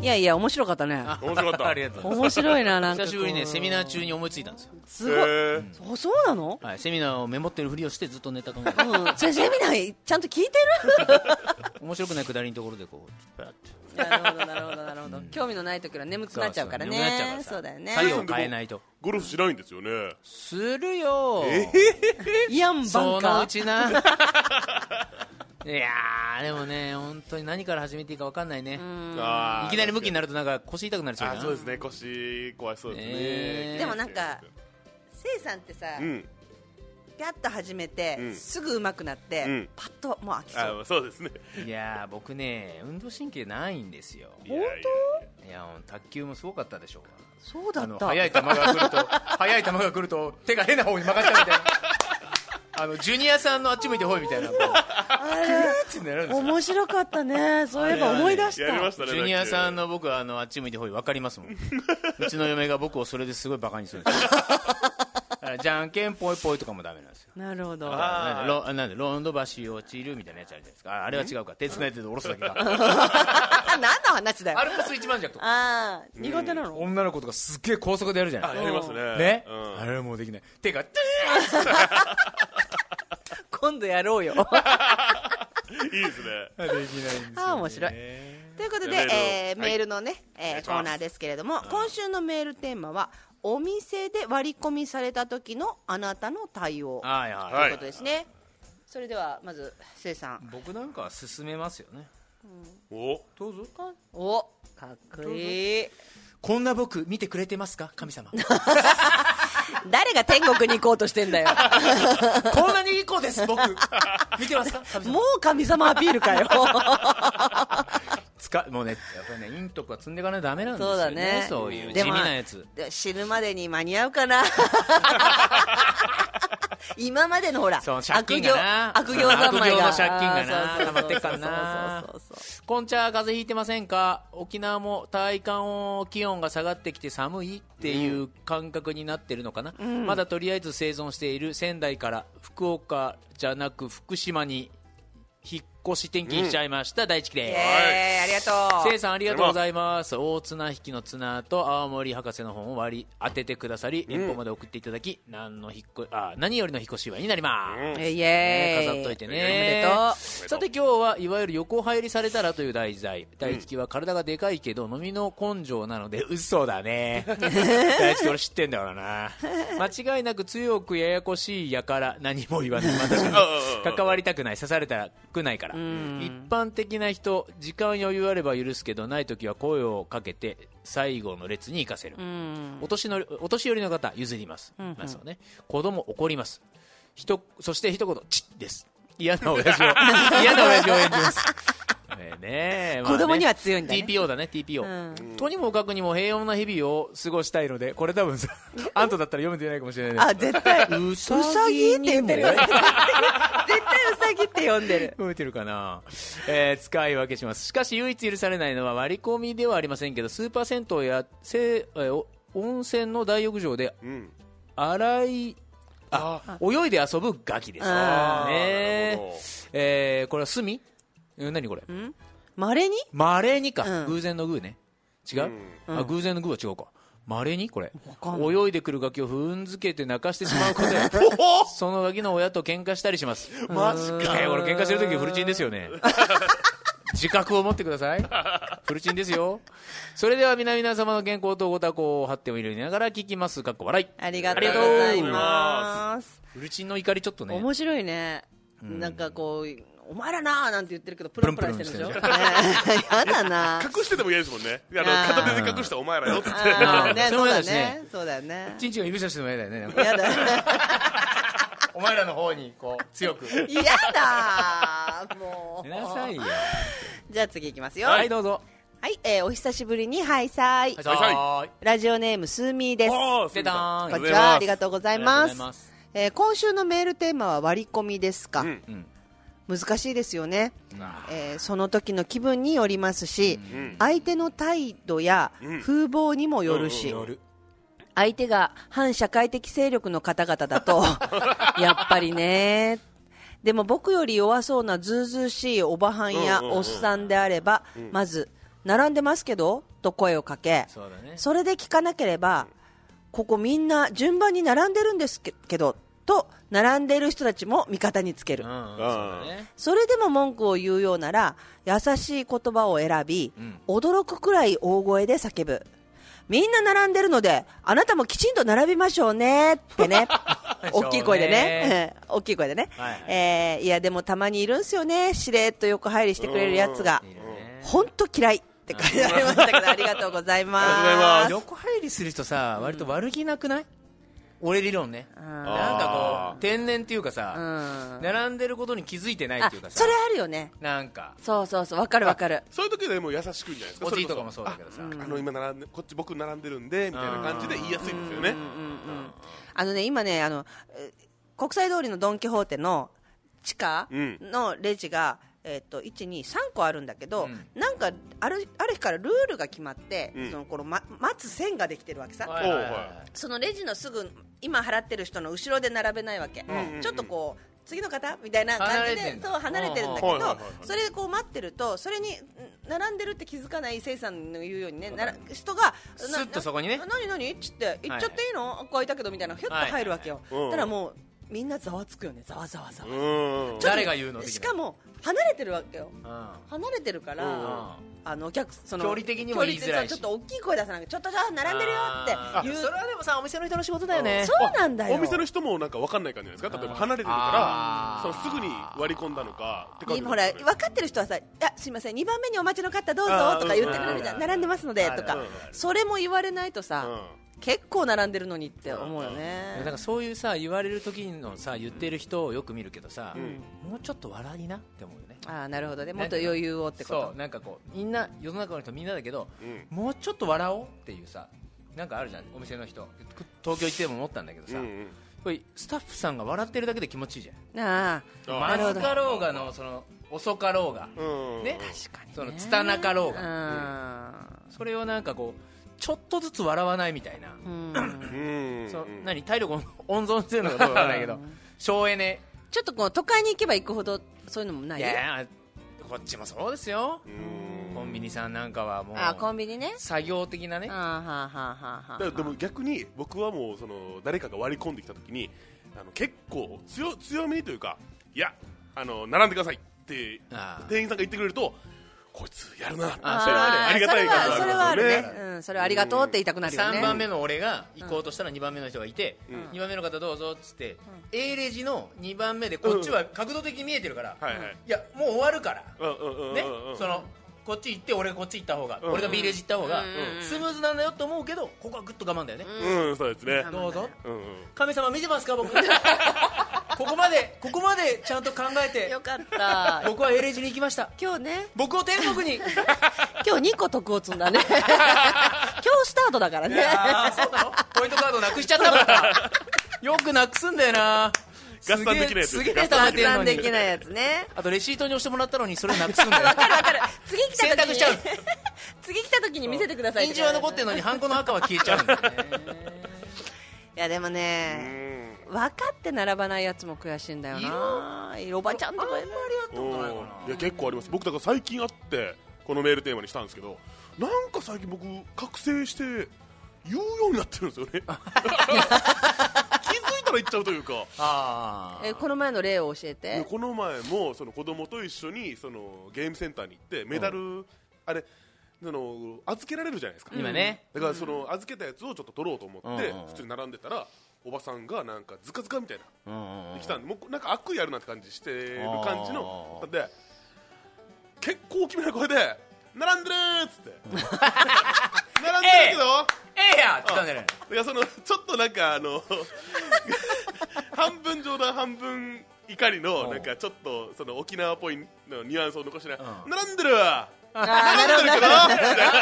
いやいや面白かったね
面白かっ
(laughs)
た
ありがとうございます。
面白いななんか
久しぶりね、
こう
セミナー中に思いついたんですよ。
すごい
へー
あそうなの
はい、セミナーをメモってるふりをしてずっとネタ考
(laughs)
えて
うんじゃあセミナーちゃんと聞いて
面白くないくだりのところでこう、パッて
る (laughs) なるほどなるほどなるほど興味のない時は眠くなっちゃうからね
そうそう眠くなっちゃうからさ
そうだよね
作業を変えないと。
ゴルフしないんですよね
するよ
イアンバ
そ
ンカ
のう
ー
ちな。い (laughs) やー、でもね、本当に何から始めていいか分かんないね。
あー
いきなり向きになるとなんか腰痛くなりそう
あ
じゃん。
そうですね腰怖いそうですね、
ね
でもなんかせいさんってさ
うん
ピャッと始めて、
うん
すぐ上手くなって、
うん
パッともう飽きそう
あそうですね
いやー、僕ね、運動神経ないんですよ。
本
いやー、卓球もすごかったでしょうが。
そうだ
あ
っ
の
た
速い球が来ると速い球が来ると手が変な方に曲がっちゃうみたいなあのジュニアさんのあっち向いてほいみたいなこうクーってなるんですよ
面白かった (laughs) ねそういえば思い出し
やりま
た
したね
ジュニアさん
の
の僕はあのあっち向いてほい分かります (laughs) もんうちの嫁が僕をそれですごいバカにするん (laughs) ですよだからじゃんけんぽいぽいとかもダメなんですよ
なるほど (laughs)
なんでロなんでロンド橋落ちるみたいなやつあるじゃないですかああれは違うか手繋いでて下ろすだけ (laughs) か
何の話だよ
アルプス一番じゃとか
ああ苦手なの、
女の子とかすっげえ高速でやるじゃない
やりますね
ね、
うん
あれはもうできない手 (laughs) が
今度やろうよ
いいですね
できないんですよ、ね、
あー面白いということで
メール、
えー
はい
メールのね、
お
えー
願いします
コーナーですけれども、今週のメールテーマは、お店で割り込みされた時のあなたの対応と
はいいはい
いうことですね。それでは、まず、せいさん。
僕なんかは進めますよね
お
どうぞ
おかっこいい。
こんな僕見てくれてますか神 (laughs) 様
誰が天国に行こうとしてんだよ。
こんなにいい子です (laughs) 僕見てますか
もう神様アピールかよ。
つかもうねやっぱりねインとか積んでいかないとダメなんです
そうだ
よね
ね。
そういう地
で
味
も
なやつ
で死ぬまでに間に合う
(laughs)
かな。今までのほら、
そう借金がな
悪行、悪行三昧が。
悪行の借金がな
あーそうそう
溜まってっからな
そうそうそう
こんちゃ風邪ひいてませんか沖縄も体感気温が下がってきて寒いっていう感覚になってるのかな、
うん
まだとりあえず生存している仙台から福岡じゃなく福島に引っ越し転勤しちゃいました、大地き
そう。
で
えー、ありがとう。
せいさんありがとうございます大綱引きの綱と青森博士の本を割り当ててくださり、遠方まで送っていただき何の引っ越あ何よりの引っ越し祝いになります、
イエーイ
ね飾っといてね
おめでとう
さて今日はいわゆる横入りされたらという題材大月は体がでかいけど飲みの根性なの
(laughs)
で嘘だね大月俺知ってんだからな間違いなく強くややこしいやから何も言わない私も関わりたくない刺されたくないから一般的な人時間余裕あれば許すけどない時は声をかけて最後の列に行かせる、お年のお年寄りの方譲ります、
うんうん
まあそうね、子供怒りますひとそして一言「チッ」です嫌な親
(laughs)
父を嫌な親父を演じますえーねえまあね
子供には強いんだね
TPO だね TPO、
う
とにもかくにも平穏な日々を過ごしたいのでこれ
(laughs)
多分さあんただったら読めてないかもしれない
あ、絶対、う
さ
ぎって言ってるよね。絶対うさぎって呼んでる。
覚えてるかな、えー使い分けしますしかし唯一許されないのは割り込みではありませんけどスーパー銭湯やせ、えーお温泉の大浴場で洗い、あ泳いで遊ぶガキですね
あー
えーこれは墨うん何これ
まれに
まれにか、偶然の偶ね違う、
うん
あ偶然の偶は違うかまれにこれ泳いでくるガキを踏んづけて泣かしてしまう
(laughs)
ことや (laughs) そのガキの親と喧嘩したりします
マジか
えー俺喧嘩してる時フルチンですよ
(laughs)
ね自覚を持ってくださいフルチンですよそれでは皆々様の健康とご多幸を張っておりながら聞きますかっこ笑い
ありがとうございます。
フルチンの怒りちょっとね
面白いね。なんかこう、お前らなーなんて言ってるけど、プルンプルンしてるでしょ。
プ
ね
ルン
(laughs)
プルンしてる
えやだな
隠してても嫌ですもんねあの
あー
片手で隠したお前らよっつって
あーね
ね、
それ
そ
も
う
嫌
だ
だしね
ね。そうだよね。
チンチンが指さしても嫌だよね
やだ (laughs)
お前らの方にこう強く
嫌だーもう。
なさいよ
じゃあ次いきますよ。
はいどうぞ
はい、えーお久しぶりに、ハイサイ。
はいさい
ラジオネーム、スーミーです。
おースーミーさん
こんにち
あ
は、あ
り
り
が
が
と
と
う
う
ご
ご
ざ
ざ
い
い
ます
ます。えー今週のメールテーマは割り込みですか。難しいですよね、えーその時の気分によりますし、相手の態度や風貌にもよるし、相手が反社会的勢力の方々だ
(laughs)
とやっぱりねでも僕より弱そうなずうずうしいおばはんや
うんうんうん
おっさんであれば、
うん
まず「並んでますけど?」と声をかけそ,、
そうだね
れで聞かなければ「ここみんな順番に並んでるんですけけど」と並んでいる人たちも味方につける、それでも文句を言うようなら優しい言葉を選び、驚くくらい大声で叫ぶみんな並んでるのであなたもきちんと並びましょうねって (laughs) ね大きい声でね大きい声でね、
はいはい
えーいやでもたまにいるんすよねしれっと横入りしてくれるやつが本当嫌いって書いてありましたけどありがとうございます
横入りする人さ割と悪気なくない、俺理論ねなんかこう天然っていうかさ、並んでることに気づいてないっていうかさ
それあるよね
なんか
そうそうそうわかるわかる
そういう時でも優しく言うんじゃないですか
おじい
れこ
とかもそうだけどさ
ああの今並んでこっち僕並んでるんでみたいな感じで言いやすいんですよね
あのね、今ね、あの、えー国際通りのドン・キホーテの地下
うん
のレジが、えっと、1、2、3個あるんだけど、なんか、ある、ある日からルールが決まって、
うん
その、この、ま、待つ線ができてるわけさ。
はいはいはい
そのレジのすぐ、今払ってる人の後ろで並べないわけ。
うんうん
ちょっとこう、次の方みたいな感じ
離れて
で
ん、だ
そう、離れてるんだけ
はいはいは
ど
いはい、
それでこう待ってると、それに、ん並んでるって気づかないせいさんの言うようにね、なら人が、
ス
な
ッとそこにね
な何何っつって、行っちゃっていいの、ここ開いたけどみたいな、ひょっと入るわけよ。
はいはいはい
ただもう、みんなざわつくよねざわざわざわ
うん
ちょっと
誰が言うの的な
しかも離れてるわけよ
うん
離れてるから、
うん
あのお客その
距離的にも言いづらいし
距離的にそうちょっと大きい声出さなきゃちょっとじゃあ並んでるよって言う
あそれはでもさお店の人の仕事だよね
そうなんだよ
お店の人もなんか分かんない感じじゃないですか例えば離れてるからそのすぐに割り込んだのかって感じ
ほら分かってる人はさ「いやすいません2番目にお待ちの方どうぞ」とか言ってくれるじゃ
あーうん
ん「並んでますので」と
あ
か
るある
それも言われないとさ結構並んでるのにって思うよね
なんかそういうさ言われる時のさ言ってる人をよく見るけどさ、もうちょっと笑いなって思うよね
ああなるほどねもっと余裕をってこ
そ
と
うなんかこうみんな世の中の人みんなだけど、もうちょっと笑おうっていうさなんかあるじゃんお店の人東京行っても思ったんだけどさ、これスタッフさんが笑ってるだけで気持ちいいじゃん
ああ
ま
なるほ
ず
ど
かろうがのその遅かろうが、ね確かにそのつたなかろう
が、
それをなんかこうちょっとずつ笑わないみたいな、その何体力を温存してるのかどうかわからないけど省エネ
ちょっとこう都会に行けば行くほどそういうのもない
いやいやこっちもそうですよコンビニさんなんかはもう
ああコンビニね
作業的なね
ああはあはあはあは
だからで
あ
も逆に僕はもうその誰かが割り込んできた時にあの結構強強めにというかいやあの並んでくださいって店員さんが言ってくれるとこいつやるなって
あ
ありがたい感じ
それはあるね
ありますよね
うんそれはありがとうって言いたくなるよね
3番目の俺が行こうとしたら2番目の人がいて、
うん
2番目の方どうぞっつって、A レジの2番目でこっちは角度的に見えてるから、
はい
い
はい
やもう終わるから、
うん
ね
うんうん
そのこっち行って俺がこっち行った方が、
うん
俺が B レジ行った方が
うん
スムーズなんだよと思うけどここはグッと我慢だよね、
うんそうですね
どうぞ
うんうん
神様見てますか
(laughs)
僕ここまでここまでちゃんと考えてよ
かった
僕は A レジに行きました
今日ね
僕を天国に (laughs) い
(laughs) 今日2個得を積んだね
(laughs)
今日スタートだからね
やーそうなのポイントカードなくしちゃったからよくなくすんだよな
合算できないやつ
すげえすげ
合
え貯めてんの
算
に
できないやつね
あとレシートに押してもらったのにそれなくすんだよ
次来た
選択
時
し
に
ちゃう
(laughs) 次来た時に見せてください
印字は残ってるのにハンコの赤は消えちゃうんだよね
いやでもね分かって並ばないやつも悔しいんだよなおばちゃんとかね
うんいや結構あります僕だから最近あってこのメールテーマにしたんですけどなんか最近僕覚醒して言うようになってるんですよね気づいたら言っちゃうというか
(laughs) あ
えこの前の例を教えて
この前もその子供と一緒にそのゲームセンターに行ってメダル、あれその預けられるじゃないですか
今ね
だからその預けたやつをちょっと取ろうと思って、
うんうんうん
普通に並んでたらおばさんがなんかズカズカみたいな
うん
できたんでもうなんか悪意あるなって感じしてる感じので結構大きめな声で並んでるー
(laughs)
っつって並んでるけど
ええやっつったんじゃない
いやそのちょっとなんかあの (laughs) 半分冗談半分怒りのなんかちょっとその沖縄っぽいのニュアンスを残しながら並んでるわ
あー
並んでるけど
なるほど
みたいな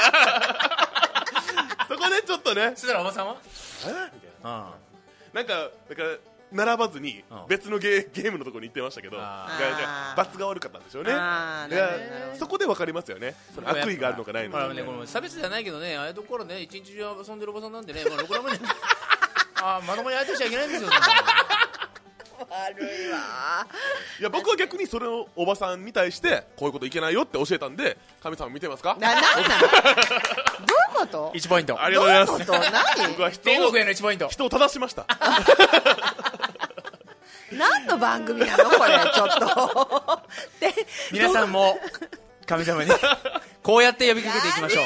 (laughs) そこでちょっとね
そしたらおばさんは
えみたいななんかだから並ばずに別のゲゲームのところに行ってましたけどいやいや罰が悪かったんでしょうね
あー
いや
なるほどなるほど
そこで分かりますよねその悪意があるのかないの
ほ
から
ねこの差別じゃないけどねああいうところね一日中遊んでるおばさんなんでねまあろくなもんじゃ (laughs) あーまともに相手しちゃいけないんですよそんなの
悪いわ
いや僕は逆にそれをおばさんに対してこういうこといけないよって教えたんで神様見てますか
(laughs)
ななんなのどういうこと
1ポイント
ありがとうございます
どういうこと何
僕は人
天
を
国への1ポイント
人を正しました
何の番組なのこれちょっとで
皆さんも神様にこうやって呼びかけていきましょう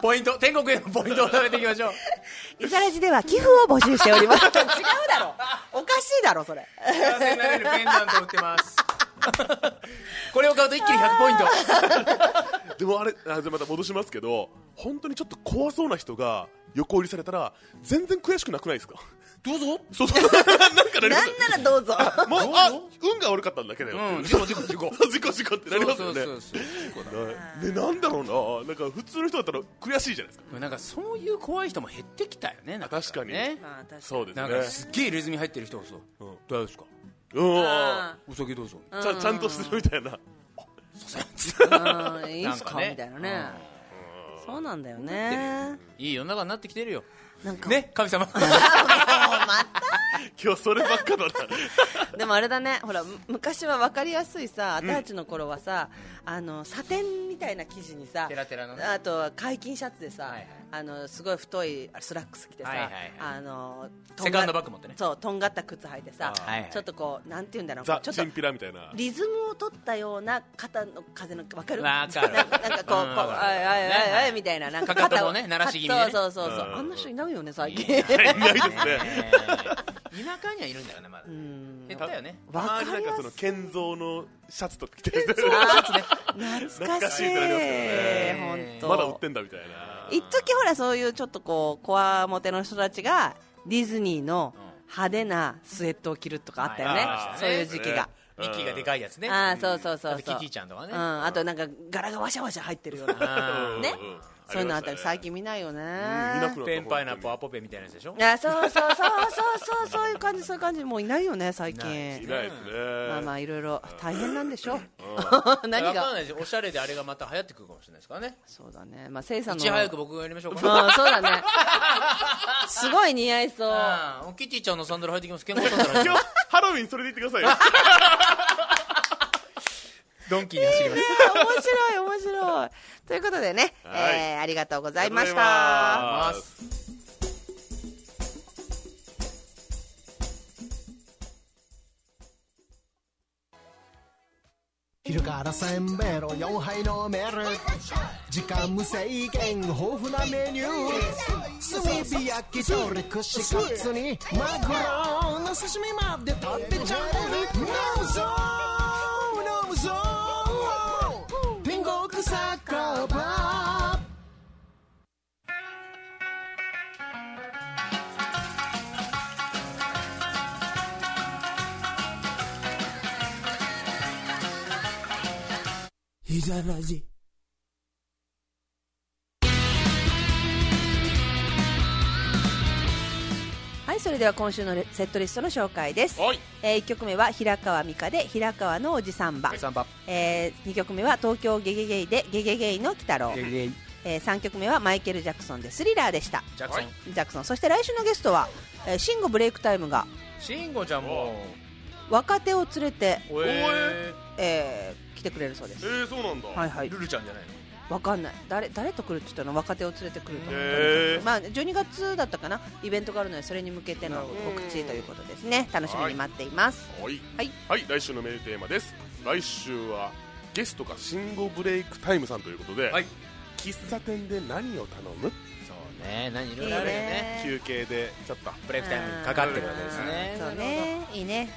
ポイント天国へのポイントを貯めていきましょう
イザラジでは寄付を募集しております (laughs) 違うだろおかしいだろそれ
幸せになれるペンダントを売ってますこれを買うと一気に100ポイント
でもあれあじゃあまた戻しますけど本当にちょっと怖そうな人が横売りされたら全然悔しくなくないですか
どうぞ
そう (laughs) そうなんかなりま
な
すよ
んならどうぞ
もうあ運が悪かったんだけだよ、
うん事故事故事故
(laughs) 事故事故ってなりますよね
そうそうそう事故
ねなんだろうななんか普通の人だったら悔しいじゃないですか
だなんかそういう怖い人も減ってきたよねなんか
確かに
ね
あ確かに
そうですね
なんかすっげえ入れ墨入ってる人がさ「大丈夫ですか
うん
あ
お酒どうぞ」
ちゃんちゃんとしてるみたいな
うんいいんすか
なんかね
みたいなねそうなんだよね
いい世の中になってきてるよ
(laughs)
なんか
ね神様
あもうまた
今日そればっかだな
でもあれだねほらむ昔は分かりやすいさ私たちの頃はさ、あのサテンみたいな生地にさ
テラテラのね
あとは解禁シャツでさ、あのすごい太いスラックス着てさ、
はいはいはい
あのとんが
セカンドバッグ持ってね
そうとんがった靴履いてさ、
あーはいはい
ちょっとこうなんて言うんだろう
ザ・
ちょっ
チ
と
ンピラみたいな
リズムを取ったような肩の風の分かる
わかる
なんかなんかこうこう
うんわかる
あいあいあいあいみたいななんか
かか
肩
と
を
もね鳴らし気味でね
そうそうそうそう
うん
あんな人いないよね最
(laughs)
近
ねえ田舎にはいるんだよねまだ減ったよね
たまになんかその建造のシャツとか着て
建造のシャツね
ってなり
懐かしい
ますけどね
本当
まだ売ってんだみたいな
一時ほらそういうちょっとこうこわもての人たちがディズニーの派手なスウェットを着るとかあったよね、そういう時期が。
ミッキーがでかいやつね
ああそうそうそうそう
あとキティちゃんとかね
うん、あとなんか柄がわしゃわしゃ入ってるよ
(laughs)
う
あ
な
ー
ね
うんうん
そういうのあ
あ
っ
りましたた
り
ね
最近見ないよね、
ペンパイナップアポペみたいなやつでしょ
あそうそうそうそうそうそういう感じそういう感じもういないよね最近
いないですね
まあまあいろいろ大変なんでしょう
わ
(laughs) 何
かん
が
ないですよおしゃれであれがまた流行ってくるかもしれないですからね
そうだねまあせいさんの
いち早く僕がやりましょう
うん
か
そう
(laughs)
だねすごい似合いそう
うんキティちゃんのサンダル履いてきます健康サンダル
今
(laughs)
日ハロウィンそれでいってくださいよ
ドンキーに走り
い
ま
や
す
面白い面白いということでね、
はい
えーありがとうございまし
あ
た
りがとうございます
昼からせんべろ4杯飲める時間無制限豊富なメニュー炭火焼き鳥串カツにマグロの刺身まで食べちゃう飲むぞ飲むぞ天国サッカーバー
ひざらじ。
はいそれでは今週のレセットリストの紹介です、え1曲目は平川美香で「平川のおじさんば」え2曲目は「東京ゲゲゲイ」で「ゲゲゲイの鬼太郎」え3曲目はマイケル・ジャクソンで「スリラー」でした
ジャクソン
はいジャクソンそして来週のゲストは、えー、シンゴブレイクタイムが
シンゴちゃんも
若手を連れて、
おえ
えー来てくれるそうです
えー、そうなんだ
はいはい
ルルちゃんじゃないの
わかんない誰誰と来るって言ったの若手を連れてくると、
へー
まあ、12月だったかなイベントがあるのでそれに向けての告知ということですね楽しみに待っています
はい、
はい
来週のメールテーマです来週はゲストがシンゴブレイクタイムさんということで、喫茶店で何を頼む
そうね何いろいろあるよね
休憩でちょっと
ブレイクタイムにかかってるわけですね
そうねいいね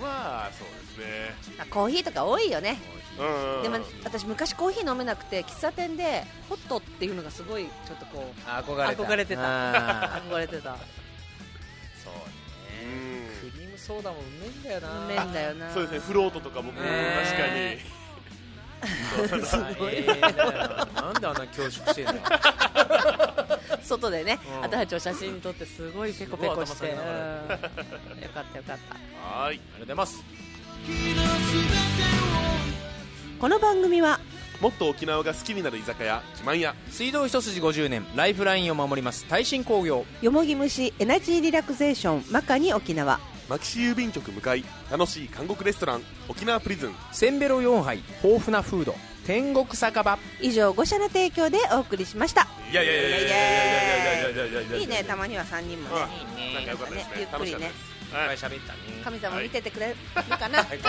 まあそうですね
あコーヒーとか多いよね
うん
でも私昔コーヒー飲めなくて喫茶店でホットっていうのがすごいちょっとこう
憧れた
憧れてた
あー
憧れてた
そうねクリームソーダもうめえんだよな
うめえんだよな
そうです
(laughs)
ねフロートとか僕も
ね
確かに
すごいななんであんな恐縮してんの
外でね、
うん
私たちを写真に撮ってすごいペコペコして、
すごい頭下げながら
うんよかったよかった
はいあ
が
り
とうございます
この番組は
もっと沖縄が好きになる居酒屋自慢屋
水道一筋50年ライフラインを守ります耐震工業
よもぎ虫エナジーリラクゼーションマカニ沖縄
牧師郵便局向かい楽しい韓国レストラン沖縄プリズン
せんべろ4杯豊富なフード天国酒場
以上5社の提供でお送りしました
いやいやいやいやいやいやいやいやいやいや
いいねたまには3人もね
なんか良かったですね
ゆっく
楽
りね
しかったです
はい喋ったね
神様見ててくれるかな、 (laughs) 噛んで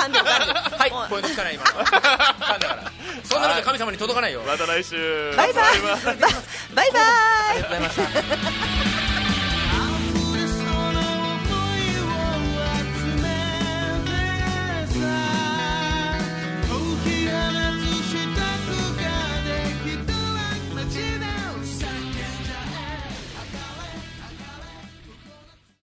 噛んで
はいポイントつかない今
(laughs)
噛んだからそんなこと神様に届かないよ
また来週
バイバイバイバイ
ありがとうございました